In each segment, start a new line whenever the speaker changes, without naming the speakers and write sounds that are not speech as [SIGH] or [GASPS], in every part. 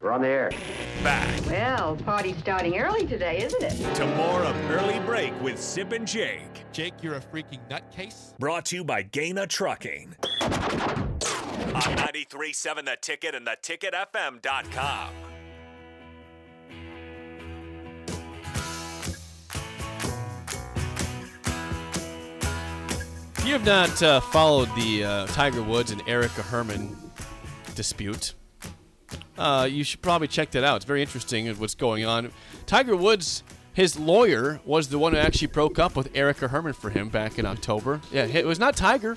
We're on the air.
Back
Well, party's starting early today, isn't it?
to more of Early Break with Sip and Jake.
Jake, you're a freaking nutcase.
Brought to you by Gaina Trucking. On 93.7 The Ticket and theticketfm.com.
If you have not uh, followed the uh, Tiger Woods and Erica Herman dispute, uh, you should probably check that out. It's very interesting of what's going on. Tiger Woods, his lawyer, was the one who actually broke up with Erica Herman for him back in October. Yeah, it was not Tiger.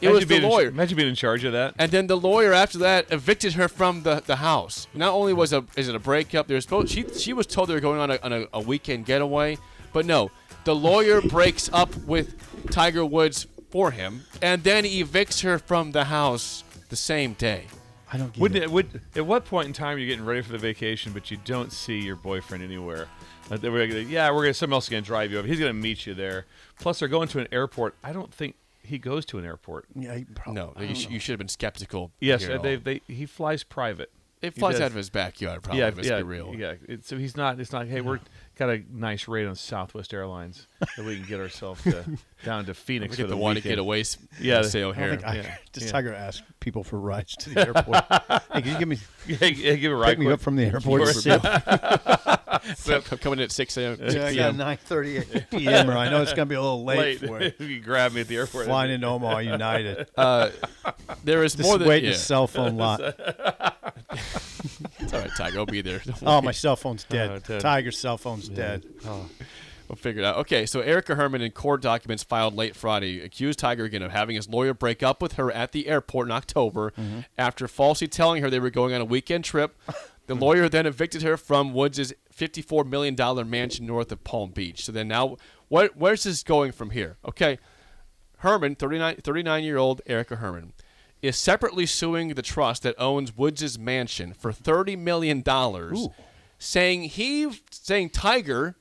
It was the
being in-
lawyer.
imagine being in charge of that.
And then the lawyer after that evicted her from the, the house. Not only was a is it a breakup, there's both she she was told they were going on a, on a, a weekend getaway, but no, the lawyer breaks up with Tiger Woods for him, and then evicts her from the house the same day.
I don't get
Wouldn't
it.
it, would at what point in time are you getting ready for the vacation, but you don't see your boyfriend anywhere? Like, they were like, yeah, we're gonna someone else is gonna drive you over. He's gonna meet you there. Plus, they're going to an airport. I don't think he goes to an airport.
Yeah, I prob-
No, you, sh- you should have been skeptical.
Yes,
here at
uh, they,
all.
they, he flies private.
it
he
flies
does.
out of his backyard. Probably,
yeah,
let's
yeah,
be real.
yeah. It- so he's not. It's not. Hey, we're got a nice rate on Southwest Airlines that we can get ourselves
[LAUGHS]
to, down to Phoenix
Forget
for
the,
the,
one to
weekend. [LAUGHS]
get away s-
Yeah,
sale
I
here.
think I- [LAUGHS]
Yeah,
does
yeah.
Tiger ask people for rides to the airport?
[LAUGHS]
hey, can you give me
Hey, hey, give it a ride
pick me
quick.
up from the airport?
Sure.
yeah, [LAUGHS]
I'm coming in at six a.m. [LAUGHS]
I got 9:30 p.m. or I know it's gonna be a little late,
late. [LAUGHS]
for it.
you grab me at the airport.
Flying into
[LAUGHS]
Omaha United,
There is
just
more than
wait in
yeah.
the cell phone lot.
It's all right, Tiger. I'll be there. [LAUGHS]
Oh, my cell phone's dead.
dead. Oh.
Tiger's cell phone's dead.
We'll figure it out. Okay, so Erica Herman in court documents filed late Friday accused Tiger again of having his lawyer break up with her at the airport in October after falsely telling her they were going on a weekend trip. The lawyer then evicted her from Woods' $54 million mansion north of Palm Beach. So then now, what, where's this going from here? Okay, Herman, 39, 39 year old Erica Herman, is separately suing the trust that owns Woods' mansion for $30 million, saying he, saying Tiger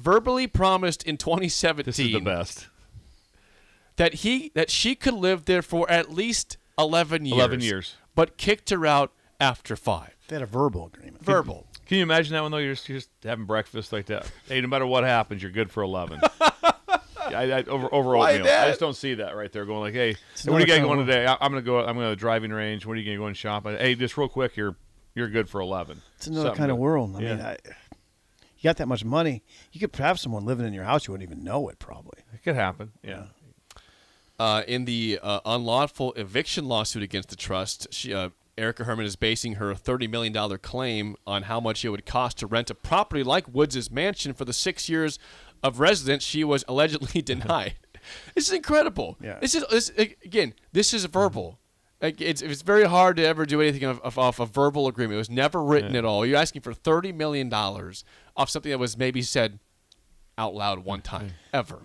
verbally promised in 2017
This is the best.
that he that she could live there for at least 11 years
11 years.
but kicked her out after 5
They had a verbal agreement.
verbal
Can you imagine that one though? You're just, you're just having breakfast like
[LAUGHS]
that. Hey, no matter what happens, you're good for eleven. Yeah, I, I, over over oatmeal. I just don't see that right there. Going like, hey,
It's
where are you
another
guys
kind of
going
world.
today? I, I'm gonna go. I'm going to the driving range. When are you gonna go and shop? Hey, just real quick, you're you're good for eleven.
It's another
Something
kind of
good.
world. I
Yeah.
mean, I, you got that much money, you could have someone living in your house you wouldn't even know it. Probably.
It could happen. Yeah.
uh, in the uh, unlawful eviction lawsuit against the trust she, uh, Erica Herman is basing her $30 million claim on how much it would cost to rent a property like Woods' mansion for the six years of residence she was allegedly [LAUGHS] denied. this is incredible.
Yeah.
This is this, again. This is verbal. Like it's, it's very hard to ever do anything off, off, off a verbal agreement. It was never written at all. You're asking for thirty million dollars off something that was maybe said out loud one time ever.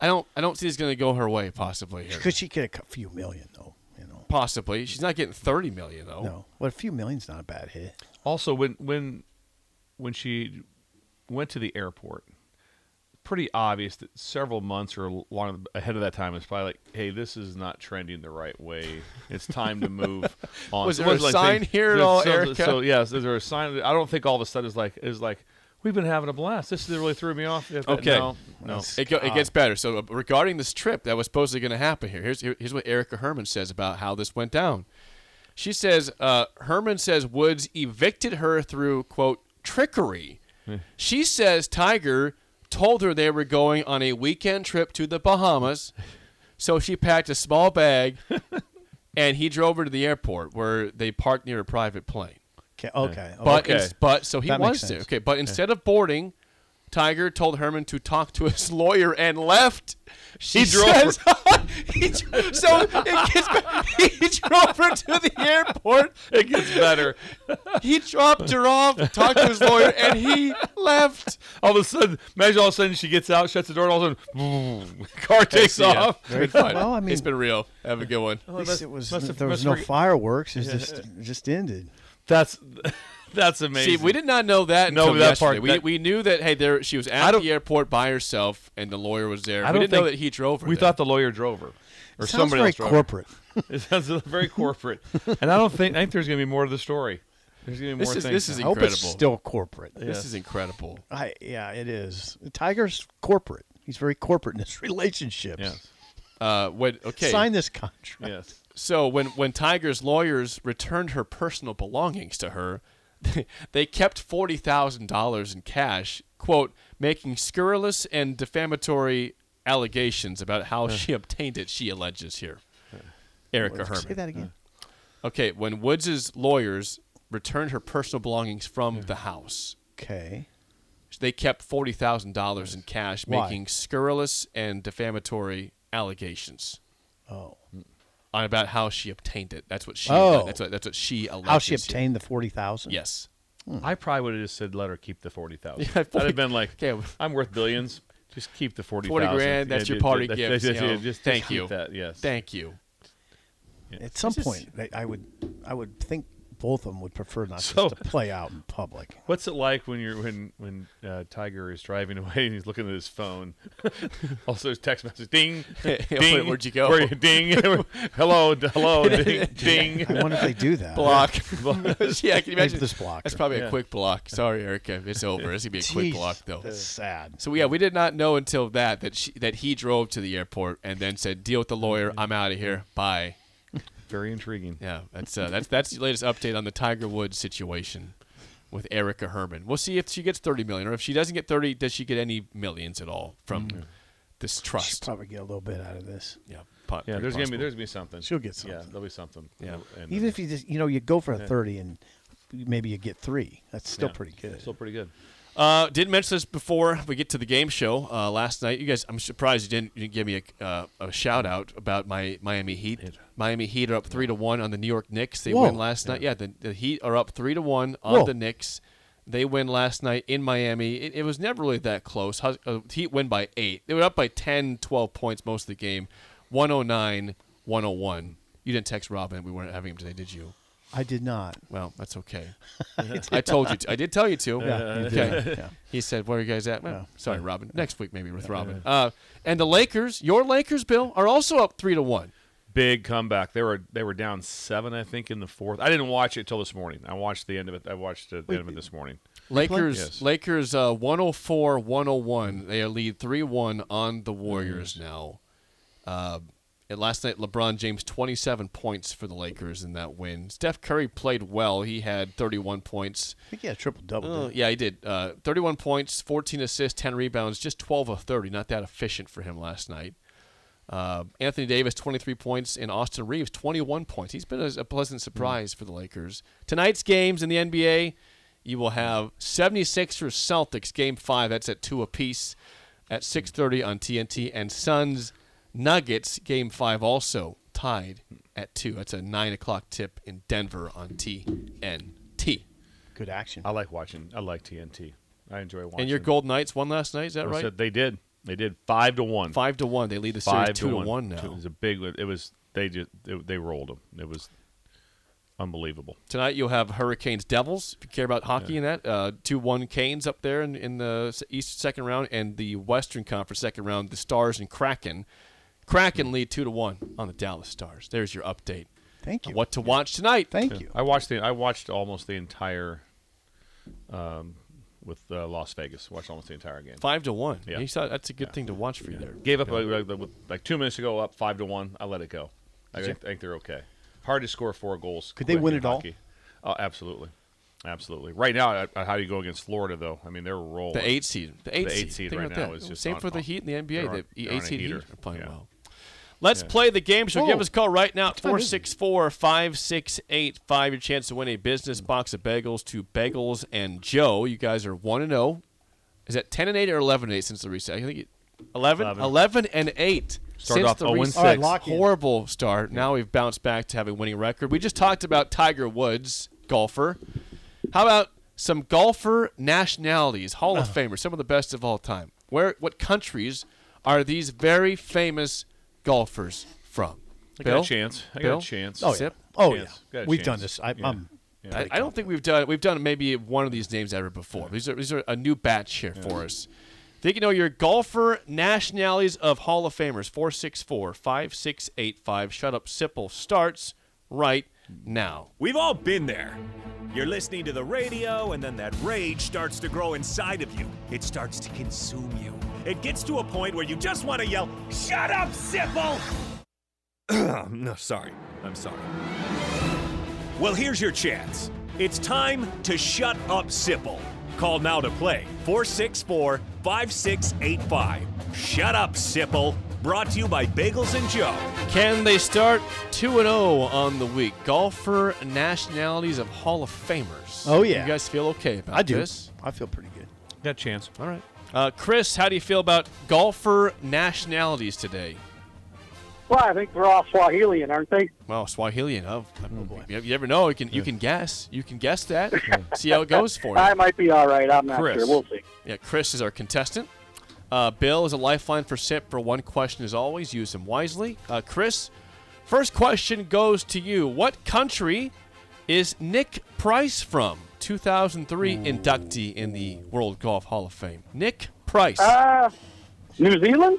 I don't I don't see it's going to go her way possibly here.
Could she get a cou- few million though? You know.
Possibly she's not getting thirty million
Oh.
though.
No, well, a few million's not a bad hit.
Also, when when when she went to the airport, pretty obvious that several months or long ahead of that time it's probably like, hey, this is not trending the right way. It's time
[LAUGHS]
to move on.
Was
It
there a
wasn't
sign
things-
here at
so-
all,
so,
Erica?
So yes, is there a sign? I don't think all of a sudden is like is like we've been having a blast. This really threw me off. If-
Okay.
no, no.
It, go, it gets better. So, uh, regarding this trip that was supposedly going to happen here, here's, here- here's what Erica Herman says about how this went down. She says, uh, Herman says Woods evicted her through, quote, trickery. She says Tiger told her they were going on a weekend trip to the Bahamas. So she packed a small bag and he drove her to the airport where they parked near a private plane.
Okay, okay.
But
Okay.
ins- but so he
That
was
makes
there.
sense.
Okay, but instead of boarding, Tiger told Herman to talk to his [LAUGHS] lawyer and left. She
He drove
says- [LAUGHS] he dr- so it gets back- he [LAUGHS] drove her to the airport.
[LAUGHS] It gets better.
He dropped her off, talked to his lawyer, and he
[LAUGHS]
left.
All of a sudden, imagine all of a sudden she gets out, shuts the door, and all of a sudden, [LAUGHS] car takes
See ya.
off.
It's been fun.
Well, I mean-
it's been real. Have a good one.
at least it was.
must have-
there
must
was no
forget-
fireworks. It just it just ended.
That's [LAUGHS] that's amazing.
See, we did not know that.
No,
until
that
yesterday.
part-
We,
that-
we knew that. Hey, there she was at
don't-
the airport by herself, and the lawyer was there.
I
we
don't
didn't know
think-
that he drove her.
We
there.
thought the lawyer drove her, or
Sounds
somebody
very
else [LAUGHS] drove
corporate.
her. It sounds very corporate, and I don't think I think there's going to be more to the story. There's gonna be more
This is
things.
this is
I hope
incredible.
it's still corporate.
This is incredible.
I, yeah, it is. Tiger's corporate. He's very corporate in his [LAUGHS] relationships.
yes,
Uh, when okay,
Sign this contract.
yes.
so when when Tiger's lawyers returned her personal belongings to her, [LAUGHS] they, they kept forty thousand dollars in cash. Quote, making scurrilous and defamatory allegations about how she obtained it. She alleges here, Erica Herman.
Say that again.
Okay, when Woods' lawyers returned her personal belongings from the house,
Okay.
they kept forty thousand dollars in cash,
Why?
making scurrilous and defamatory allegations
Oh.
on about how she obtained it. That's what she.
Oh.
That's what. That's what she.
How she
alleges here.
obtained the 40000
Yes.
I probably would have just said, "Let her keep the forty thousand.
Yeah,
I'd have been like,
Okay.
"I'm worth billions. Just keep the forty
40 grand, that's your party gifts, you know.
just, [LAUGHS] just
Thank
keep
you.
That, yes.
Thank you.
At some
This is-
point, I- I would I would think both of them would prefer not
So-
just to play out in public.
What's it like when you're when when uh, Tiger is driving [LAUGHS] away and he's looking at his phone? [LAUGHS] also, his text message, [LAUGHS] ding,
Hey,
ding.
wait, where'd you go?
Where, ding, [LAUGHS] hello, d- [LAUGHS] hello, ding, ding.
I wonder if they do that.
Block. [LAUGHS]
[LAUGHS]
yeah, can you imagine
this block.
That's probably a
Yeah.
quick
[LAUGHS]
block. Sorry, Erica, it's over. It's gonna be a quick
Jeez,
block though.
That's sad.
So yeah, we did not know until that that she, that he drove to the airport and then said, "Deal with the
Mm-hmm.
lawyer. I'm out of here. Bye."
Very intriguing.
Yeah, that's uh, that's that's the latest update on the Tiger Woods situation with Erica Herman. We'll see if she gets thirty million, or if she doesn't get thirty, does she get any millions at all from
Mm-hmm.
this
She'll
trust?
probably get a little bit out of this.
yeah, po-
Yeah,
very
there's gonna be
possible.
there's gonna be something.
She'll get
Yeah,
something.
there'll be something.
Yeah.
And-
Even if you just, you know, you go for a 30 and maybe you get three. That's still
yeah,
pretty good.
Still pretty good.
Uh, didn't mention this before we get to the game show uh, last night. You guys, I'm surprised you didn't, you didn't give me a, uh, a shout out about my Miami Heat. Miami Heat are up three to one on the New York Knicks. They
Whoa.
win last night. Yeah, the, the Heat are up three to one on
Whoa.
the Knicks. They win last night in Miami. It, it was never really that close. Hus- uh, Heat win by eight. They were up by 10, 12 points most of the game. 109, 101. You didn't text Robin. We weren't having him today, did you?
I did not.
Well, that's
[LAUGHS]
okay. I told you. To. I did tell you to. [LAUGHS]
Yeah, you
okay.
did. Yeah.
He said, "Where are you guys at?" Well, Sorry, Robin. Next week maybe with Robin. Uh, and the Lakers, your Lakers, Bill, are also up three to one.
Big comeback. They were they were down seven, I think, in the fourth. I didn't watch it till this morning. I watched the end of it. I watched the end of it this morning.
Lakers,
Yes.
Lakers, uh, 104, 101. They are lead three one on the Warriors now. Uh, and last night, LeBron James 27 points for the Lakers in that win. Steph Curry played well. He had 31 points.
I think he had triple double.
Uh, yeah, he did. Uh, 31 points, 14 assists, 10 rebounds, just 12 of 30. Not that efficient for him last night. Uh, Anthony Davis, 23 points, and Austin Reeves, 21 points. He's been a, a pleasant surprise for the Lakers. Tonight's games in the NBA, you will have 76ers Celtics game five. That's at two apiece at 6:30 on TNT, and Suns Nuggets game five also tied at two. That's a nine o'clock tip in Denver on TNT.
Good action.
I like watching. I like TNT. I enjoy watching.
And your Golden Knights won last night. Is that
I
right?
said they did. They did five to one.
Five to one. They lead the series
Five
two to one, now.
It was a big. It was they just they, they rolled them. It was unbelievable.
Tonight you'll have Hurricanes Devils. If you care about hockey and that, uh, two one Canes up there in, in the s- East second round and the Western Conference second round. The Stars and Kraken. Kraken
Hmm.
lead two to one on the Dallas Stars. There's your update.
Thank you.
What to watch tonight?
Thank you.
I watched the. I watched almost the entire. Um, with uh, Las Vegas, watched almost the entire game.
Five to one.
Yeah.
You saw- that's a good thing to watch for you there.
Gave up like, like, like two minutes ago, up five to one. I let it go. I,
Did you?
think, I think they're okay. Hard to score four goals.
Could they
quick
win
in
it all?
hockey. Oh, absolutely, absolutely. Right now, uh, uh, how do you go against Florida though? I mean, they're rolling.
The eight seed. The eight,
The eight seed
Think
right
about
now
that.
is just
same
on-
for the
on-
Heat and the NBA.
they're on-
the
they're on
eight
a
seed Heat
heater.
are playing
Yeah.
well. Let's play the game show. Give us a call right now at 464 5685. Your chance to win a business box of bagels to Bagels and Joe. You guys are 1 and 0. Is that 10 and 8 or 11 and 8 since the reset? I think it, 11? 11.
Eleven.
and 8.
Started
since
off
the
0 and
reset.
All right, six.
lock in.
Horrible start. Now we've bounced back to having a winning record. We just talked about Tiger Woods, golfer. How about some golfer nationalities, Hall
Uh-huh.
of Famers, some of the best of all time? Where, what countries are these very famous golfers from?
I
Bill?
got a chance. I
Bill?
got a chance.
Oh, yeah.
Sip.
Oh,
Chance.
yeah.
Got a
We've done
chance.
this. I, um,
Yeah.
I'm,
Yeah.
I, I don't think we've done we've done maybe one of these names ever before. These are these are a new batch here for us. Think you know your golfer nationalities of Hall of Famers 464 5685. Shut up Sipple starts right now.
We've all been there. You're listening to the radio, and then that rage starts to grow inside of you. It starts to consume you. It gets to a point where you just want to yell, Shut up, Sipple! [CLEARS THROAT] no, sorry. I'm sorry. Well, here's your chance. It's time to shut up, Sipple. Call now to play 464 5685. Shut up, Sipple. Brought to you by Bagels and Joe.
Can they start 2 and 0 on the week? Golfer nationalities of Hall of Famers.
Oh, yeah.
You guys feel okay about
I do.
this?
I feel pretty good.
Got a chance.
All right. Uh, Chris, how do you feel about golfer nationalities today?
Well, I think they're all Swahilian, aren't they?
Well, Swahilian. Oh, you, you never know. You can you can guess. You can guess
[LAUGHS]
that. See how it goes for you.
I might be all right. I'm not
Chris.
sure. We'll see.
Yeah, Chris is our contestant. Uh, Bill is a lifeline for Sip for one question as always. Use him wisely. Uh, Chris, first question goes to you. What country is Nick Price from? 2003 inductee in the World Golf Hall of Fame. Nick Price.
Uh, New Zealand?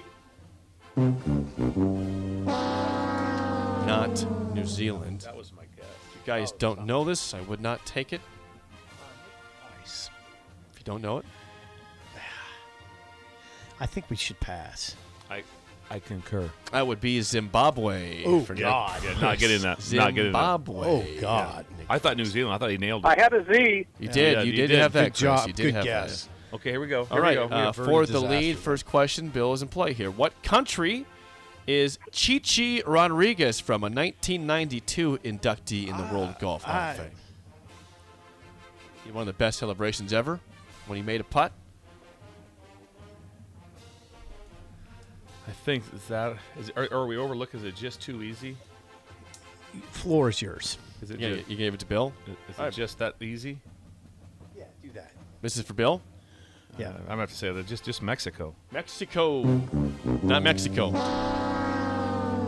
not New Zealand. That was my guess. If you guys don't know this, I would not take it. If you don't know it,
I think we should pass.
I I concur.
that would be Zimbabwe.
Oh,
for
God.
Nick
Yeah, not getting that.
Price.
Not getting that.
Zimbabwe.
Oh God!
I thought New Zealand. I thought he nailed it.
I had a Z.
You did.
Yeah,
you
you
did,
did.
have that,
Good job.
Chris. You did
Good
have
guess.
that.
Okay, here we go. Here
All right.
We go.
uh,
averted
for the
disaster.
lead, first question. Bill is in play here. What country is Chichi Rodriguez from? A 1992 inductee in the World Golf Hall
I-
of Fame. One of the best celebrations ever when he made a putt.
I think is that is are, are we overlooking? Is it just too easy?
Floor is yours.
Is it
Yeah,
ju-
you- you gave it to Bill.
is it just that easy?
Yeah, do that.
This is for Bill.
Yeah.
I'm gonna have to say that just just Mexico.
Mexico. Not Mexico.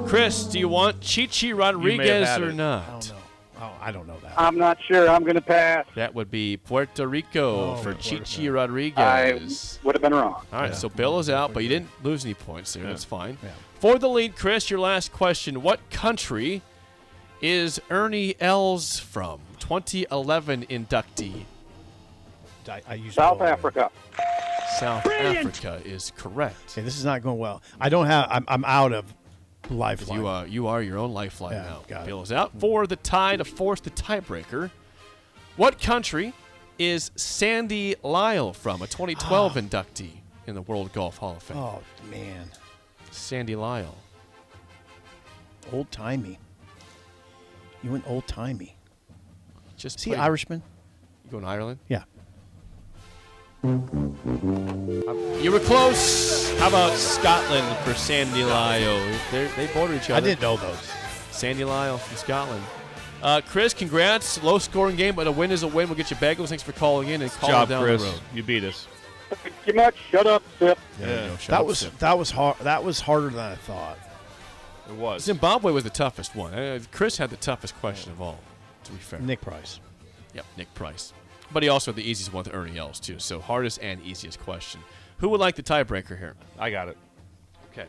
Chris, do you want Chichi Rodriguez
had
or
it.
I
not?
don't know. Oh, I don't know that.
I'm not sure. I'm going to pass.
That would be Puerto Rico
Oh,
for
Puerto
Chichi
I
Rodriguez.
would have been wrong.
All right, so Bill is out, but you didn't lose any points there. That's fine.
Yeah.
For the lead, Chris, your last question. What country is Ernie Els from? 2011 inductee.
I, I used
South
Bill.
Africa.
South Africa is correct.
Okay, this is not going well. I don't have. I'm, I'm out of lifeline.
You uh, you are your own lifeline
Yeah,
now.
got it.
Bill is out for the tie to force the tiebreaker. What country is Sandy Lyle from? A 2012
[GASPS]
inductee in the World Golf Hall of Fame.
Oh man,
Sandy Lyle.
old timey. You went old timey.
Just
See,
played-
Irishman.
You going to Ireland?
Yeah.
You were close. How about Scotland for Sandy Lyle? They're, they border each other.
I didn't know those.
Sandy Lyle from Scotland. Uh, Chris, congrats. Low scoring game, but a win is a win. We'll get you bagels. Thanks for calling in and calling
Job,
down
Chris.
the road.
You beat us.
Thank you much. Shut up, Sip.
Yeah.
Shut
That
up,
was
Sid.
that was hard. That was harder than I thought.
It was.
Zimbabwe was the toughest one. Uh, Chris had the toughest question of all, to be fair.
Nick Price.
Yep, Nick Price. But he also had the easiest one with Ernie Els, too. So, hardest and easiest question. Who would like the tiebreaker here?
I got it.
Okay.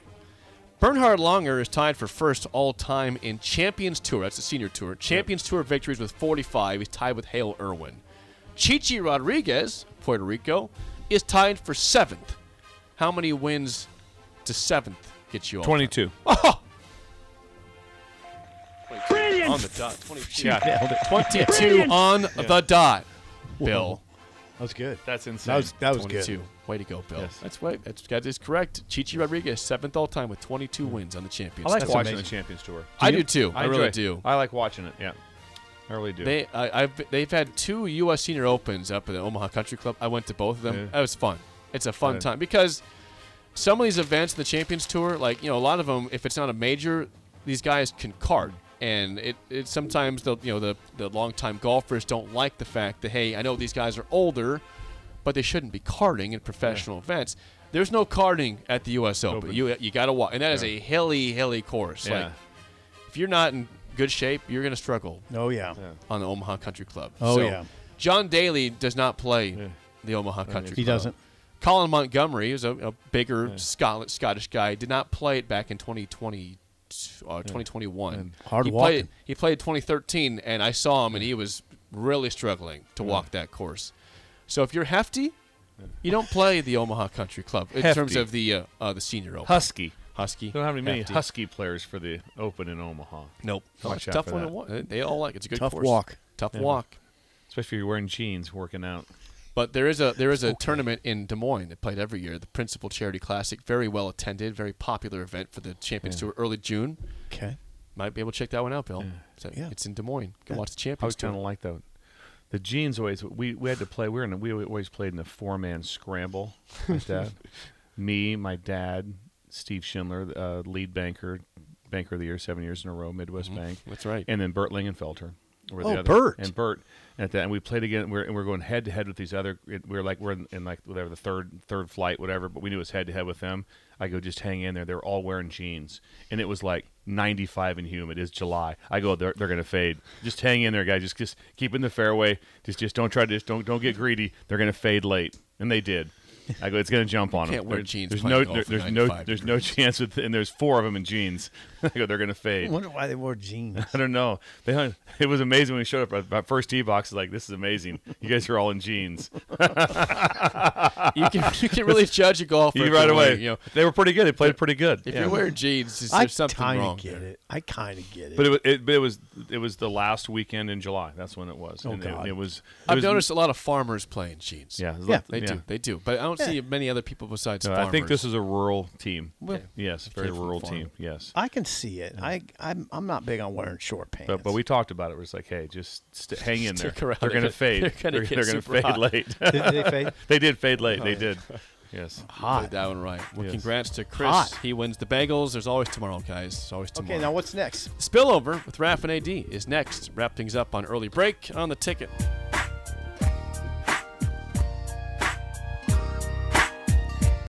Bernhard Langer is tied for first all time in Champions Tour. That's the senior tour. Champions Tour victories with 45. He's tied with Hale Irwin. Chichi Rodriguez, Puerto Rico, is tied for seventh. How many wins to seventh get you all? [LAUGHS] Oh! time?
Twenty-two.
Brilliant. On the dot. 22.
Yeah.
Nailed it.
22 on the dot, Bill.
That was good.
That's insane.
That was that was
22.
good.
Way to go, Bill.
Yes.
That's right. That's that is correct. Chichi Rodriguez, seventh all time with 22 wins on the champions.
I like
That's
watching
amazing.
the Champions Tour.
I do too. I, really
enjoy it.
do.
I like watching it. Yeah, I really do.
They, I, I've, they've had two U.S. Senior Opens up at the Omaha Country Club. I went to both of them.
Yeah.
That was fun. It's a fun
Yeah.
time because some of these events, the Champions Tour, like you know, a lot of them, if it's not a major, these guys can card, and it, it sometimes the you know the the longtime golfers don't like the fact that hey, I know these guys are older, but they shouldn't be carding in professional events. There's no carding at the U.S. Open.
Open.
You you got to walk, and that is a hilly, hilly course.
yeah.
Like if you're not in good shape, you're gonna struggle
Oh yeah.
on the Omaha Country Club.
Oh,
So,
yeah.
John Daly does not play the Omaha Country Club.
He doesn't.
Colin Montgomery, who's a, a bigger Scotland, Scottish guy, did not play it back in 2022, uh, 2021.
Hard
he Played,
walking.
he played 2013, and I saw him, and he was really struggling to walk that course. So if you're hefty, you don't play the Omaha Country Club in terms
Hefty.
of the uh, uh, the senior open.
Husky.
Husky.
Don't have any many
Hefty.
Husky players for the Open in Omaha,
Nope. No,
Watch
it's a
out
tough
for
one
that.
to walk. They all like it. It's a good
Tough
course.
walk.
Tough walk.
especially if you're wearing jeans working out.
But there is a there is a tournament in Des Moines that played every year, the Principal Charity Classic, very well attended, very popular event for the Champions Tour early June.
Okay.
Might be able to check that one out, Bill. So
Yeah.
It's in Des Moines. Go watch the
I was
Champions
kind
Tour.
of like that. The jeans always we, we had to play. We were in a, we always played in the four man scramble. Like
[LAUGHS]
that. Me, my dad, Steve Schindler, uh, lead banker, banker of the year, seven years in a row, Midwest Bank.
Mm-hmm. That's right.
And then Bert Lingenfelter. Were
Oh, Bert.
And Bert. At that, and we played again. We're, and we're going head to head with these other. it- we're like we're in, in like whatever the third third flight, whatever. But we knew it was head to head with them. I go just hang in there. They're all wearing jeans, and it was like 95 and humid. It's July. I go they're, they're gonna fade. Just hang in there, guys. Just just keep in the fairway. Just just don't try to just don't don't get greedy. They're gonna fade late, and they did. I go. It's gonna jump on
Can't
them.
wear
There-
jeans
There's
playing
no
golf
there-
in
there's no
95
there's no chance with and there's four of them in jeans. [LAUGHS] I go. They're gonna
I
fade.
wonder why they wore jeans.
I don't know. They hung, [LAUGHS] it was amazing when we showed up. Our- My first tee box is like, this is amazing. You guys are all in
[LAUGHS]
jeans.
you can you can really judge a golfer
[LAUGHS] You
if
right
you're
away.
wearing, you know,
they were pretty good. They played pretty good.
if
Yeah.
you're wearing jeans, there's,
I
there's something
kinda
wrong.
get
there.
it. I kind of get it.
but it, wa- it but it was it was the last weekend in July. That's when it was.
Oh,
And it-
God.
It, was. It
I've
was-
noticed a lot of farmers playing jeans.
Yeah, it was
Yeah.
like-
They do. They do. But I don't see many other people besides
No,
farmers.
I think this is a rural team.
Well-
yes, very
came from
rural
farm. Ah,
team. Yes.
I can see it. I I'm, I'm not big on wearing short pants.
But, but we talked about it. It was like, hey, just st- hang in there.
Stick around.
They're
[LAUGHS]
going to
They're-
fade.
they're gonna get
gonna
super hot.
fade late. [LAUGHS]
did, did they fade?
they did fade
[LAUGHS]
late. they did. Yes.
Played that one right. Well,
Yes.
congrats to Chris.
Hot.
He wins the Bengals. There's always tomorrow, guys. There's always tomorrow.
Okay, now what's next?
Spillover with Raph and AD is next. Wrap things up on early break on the ticket.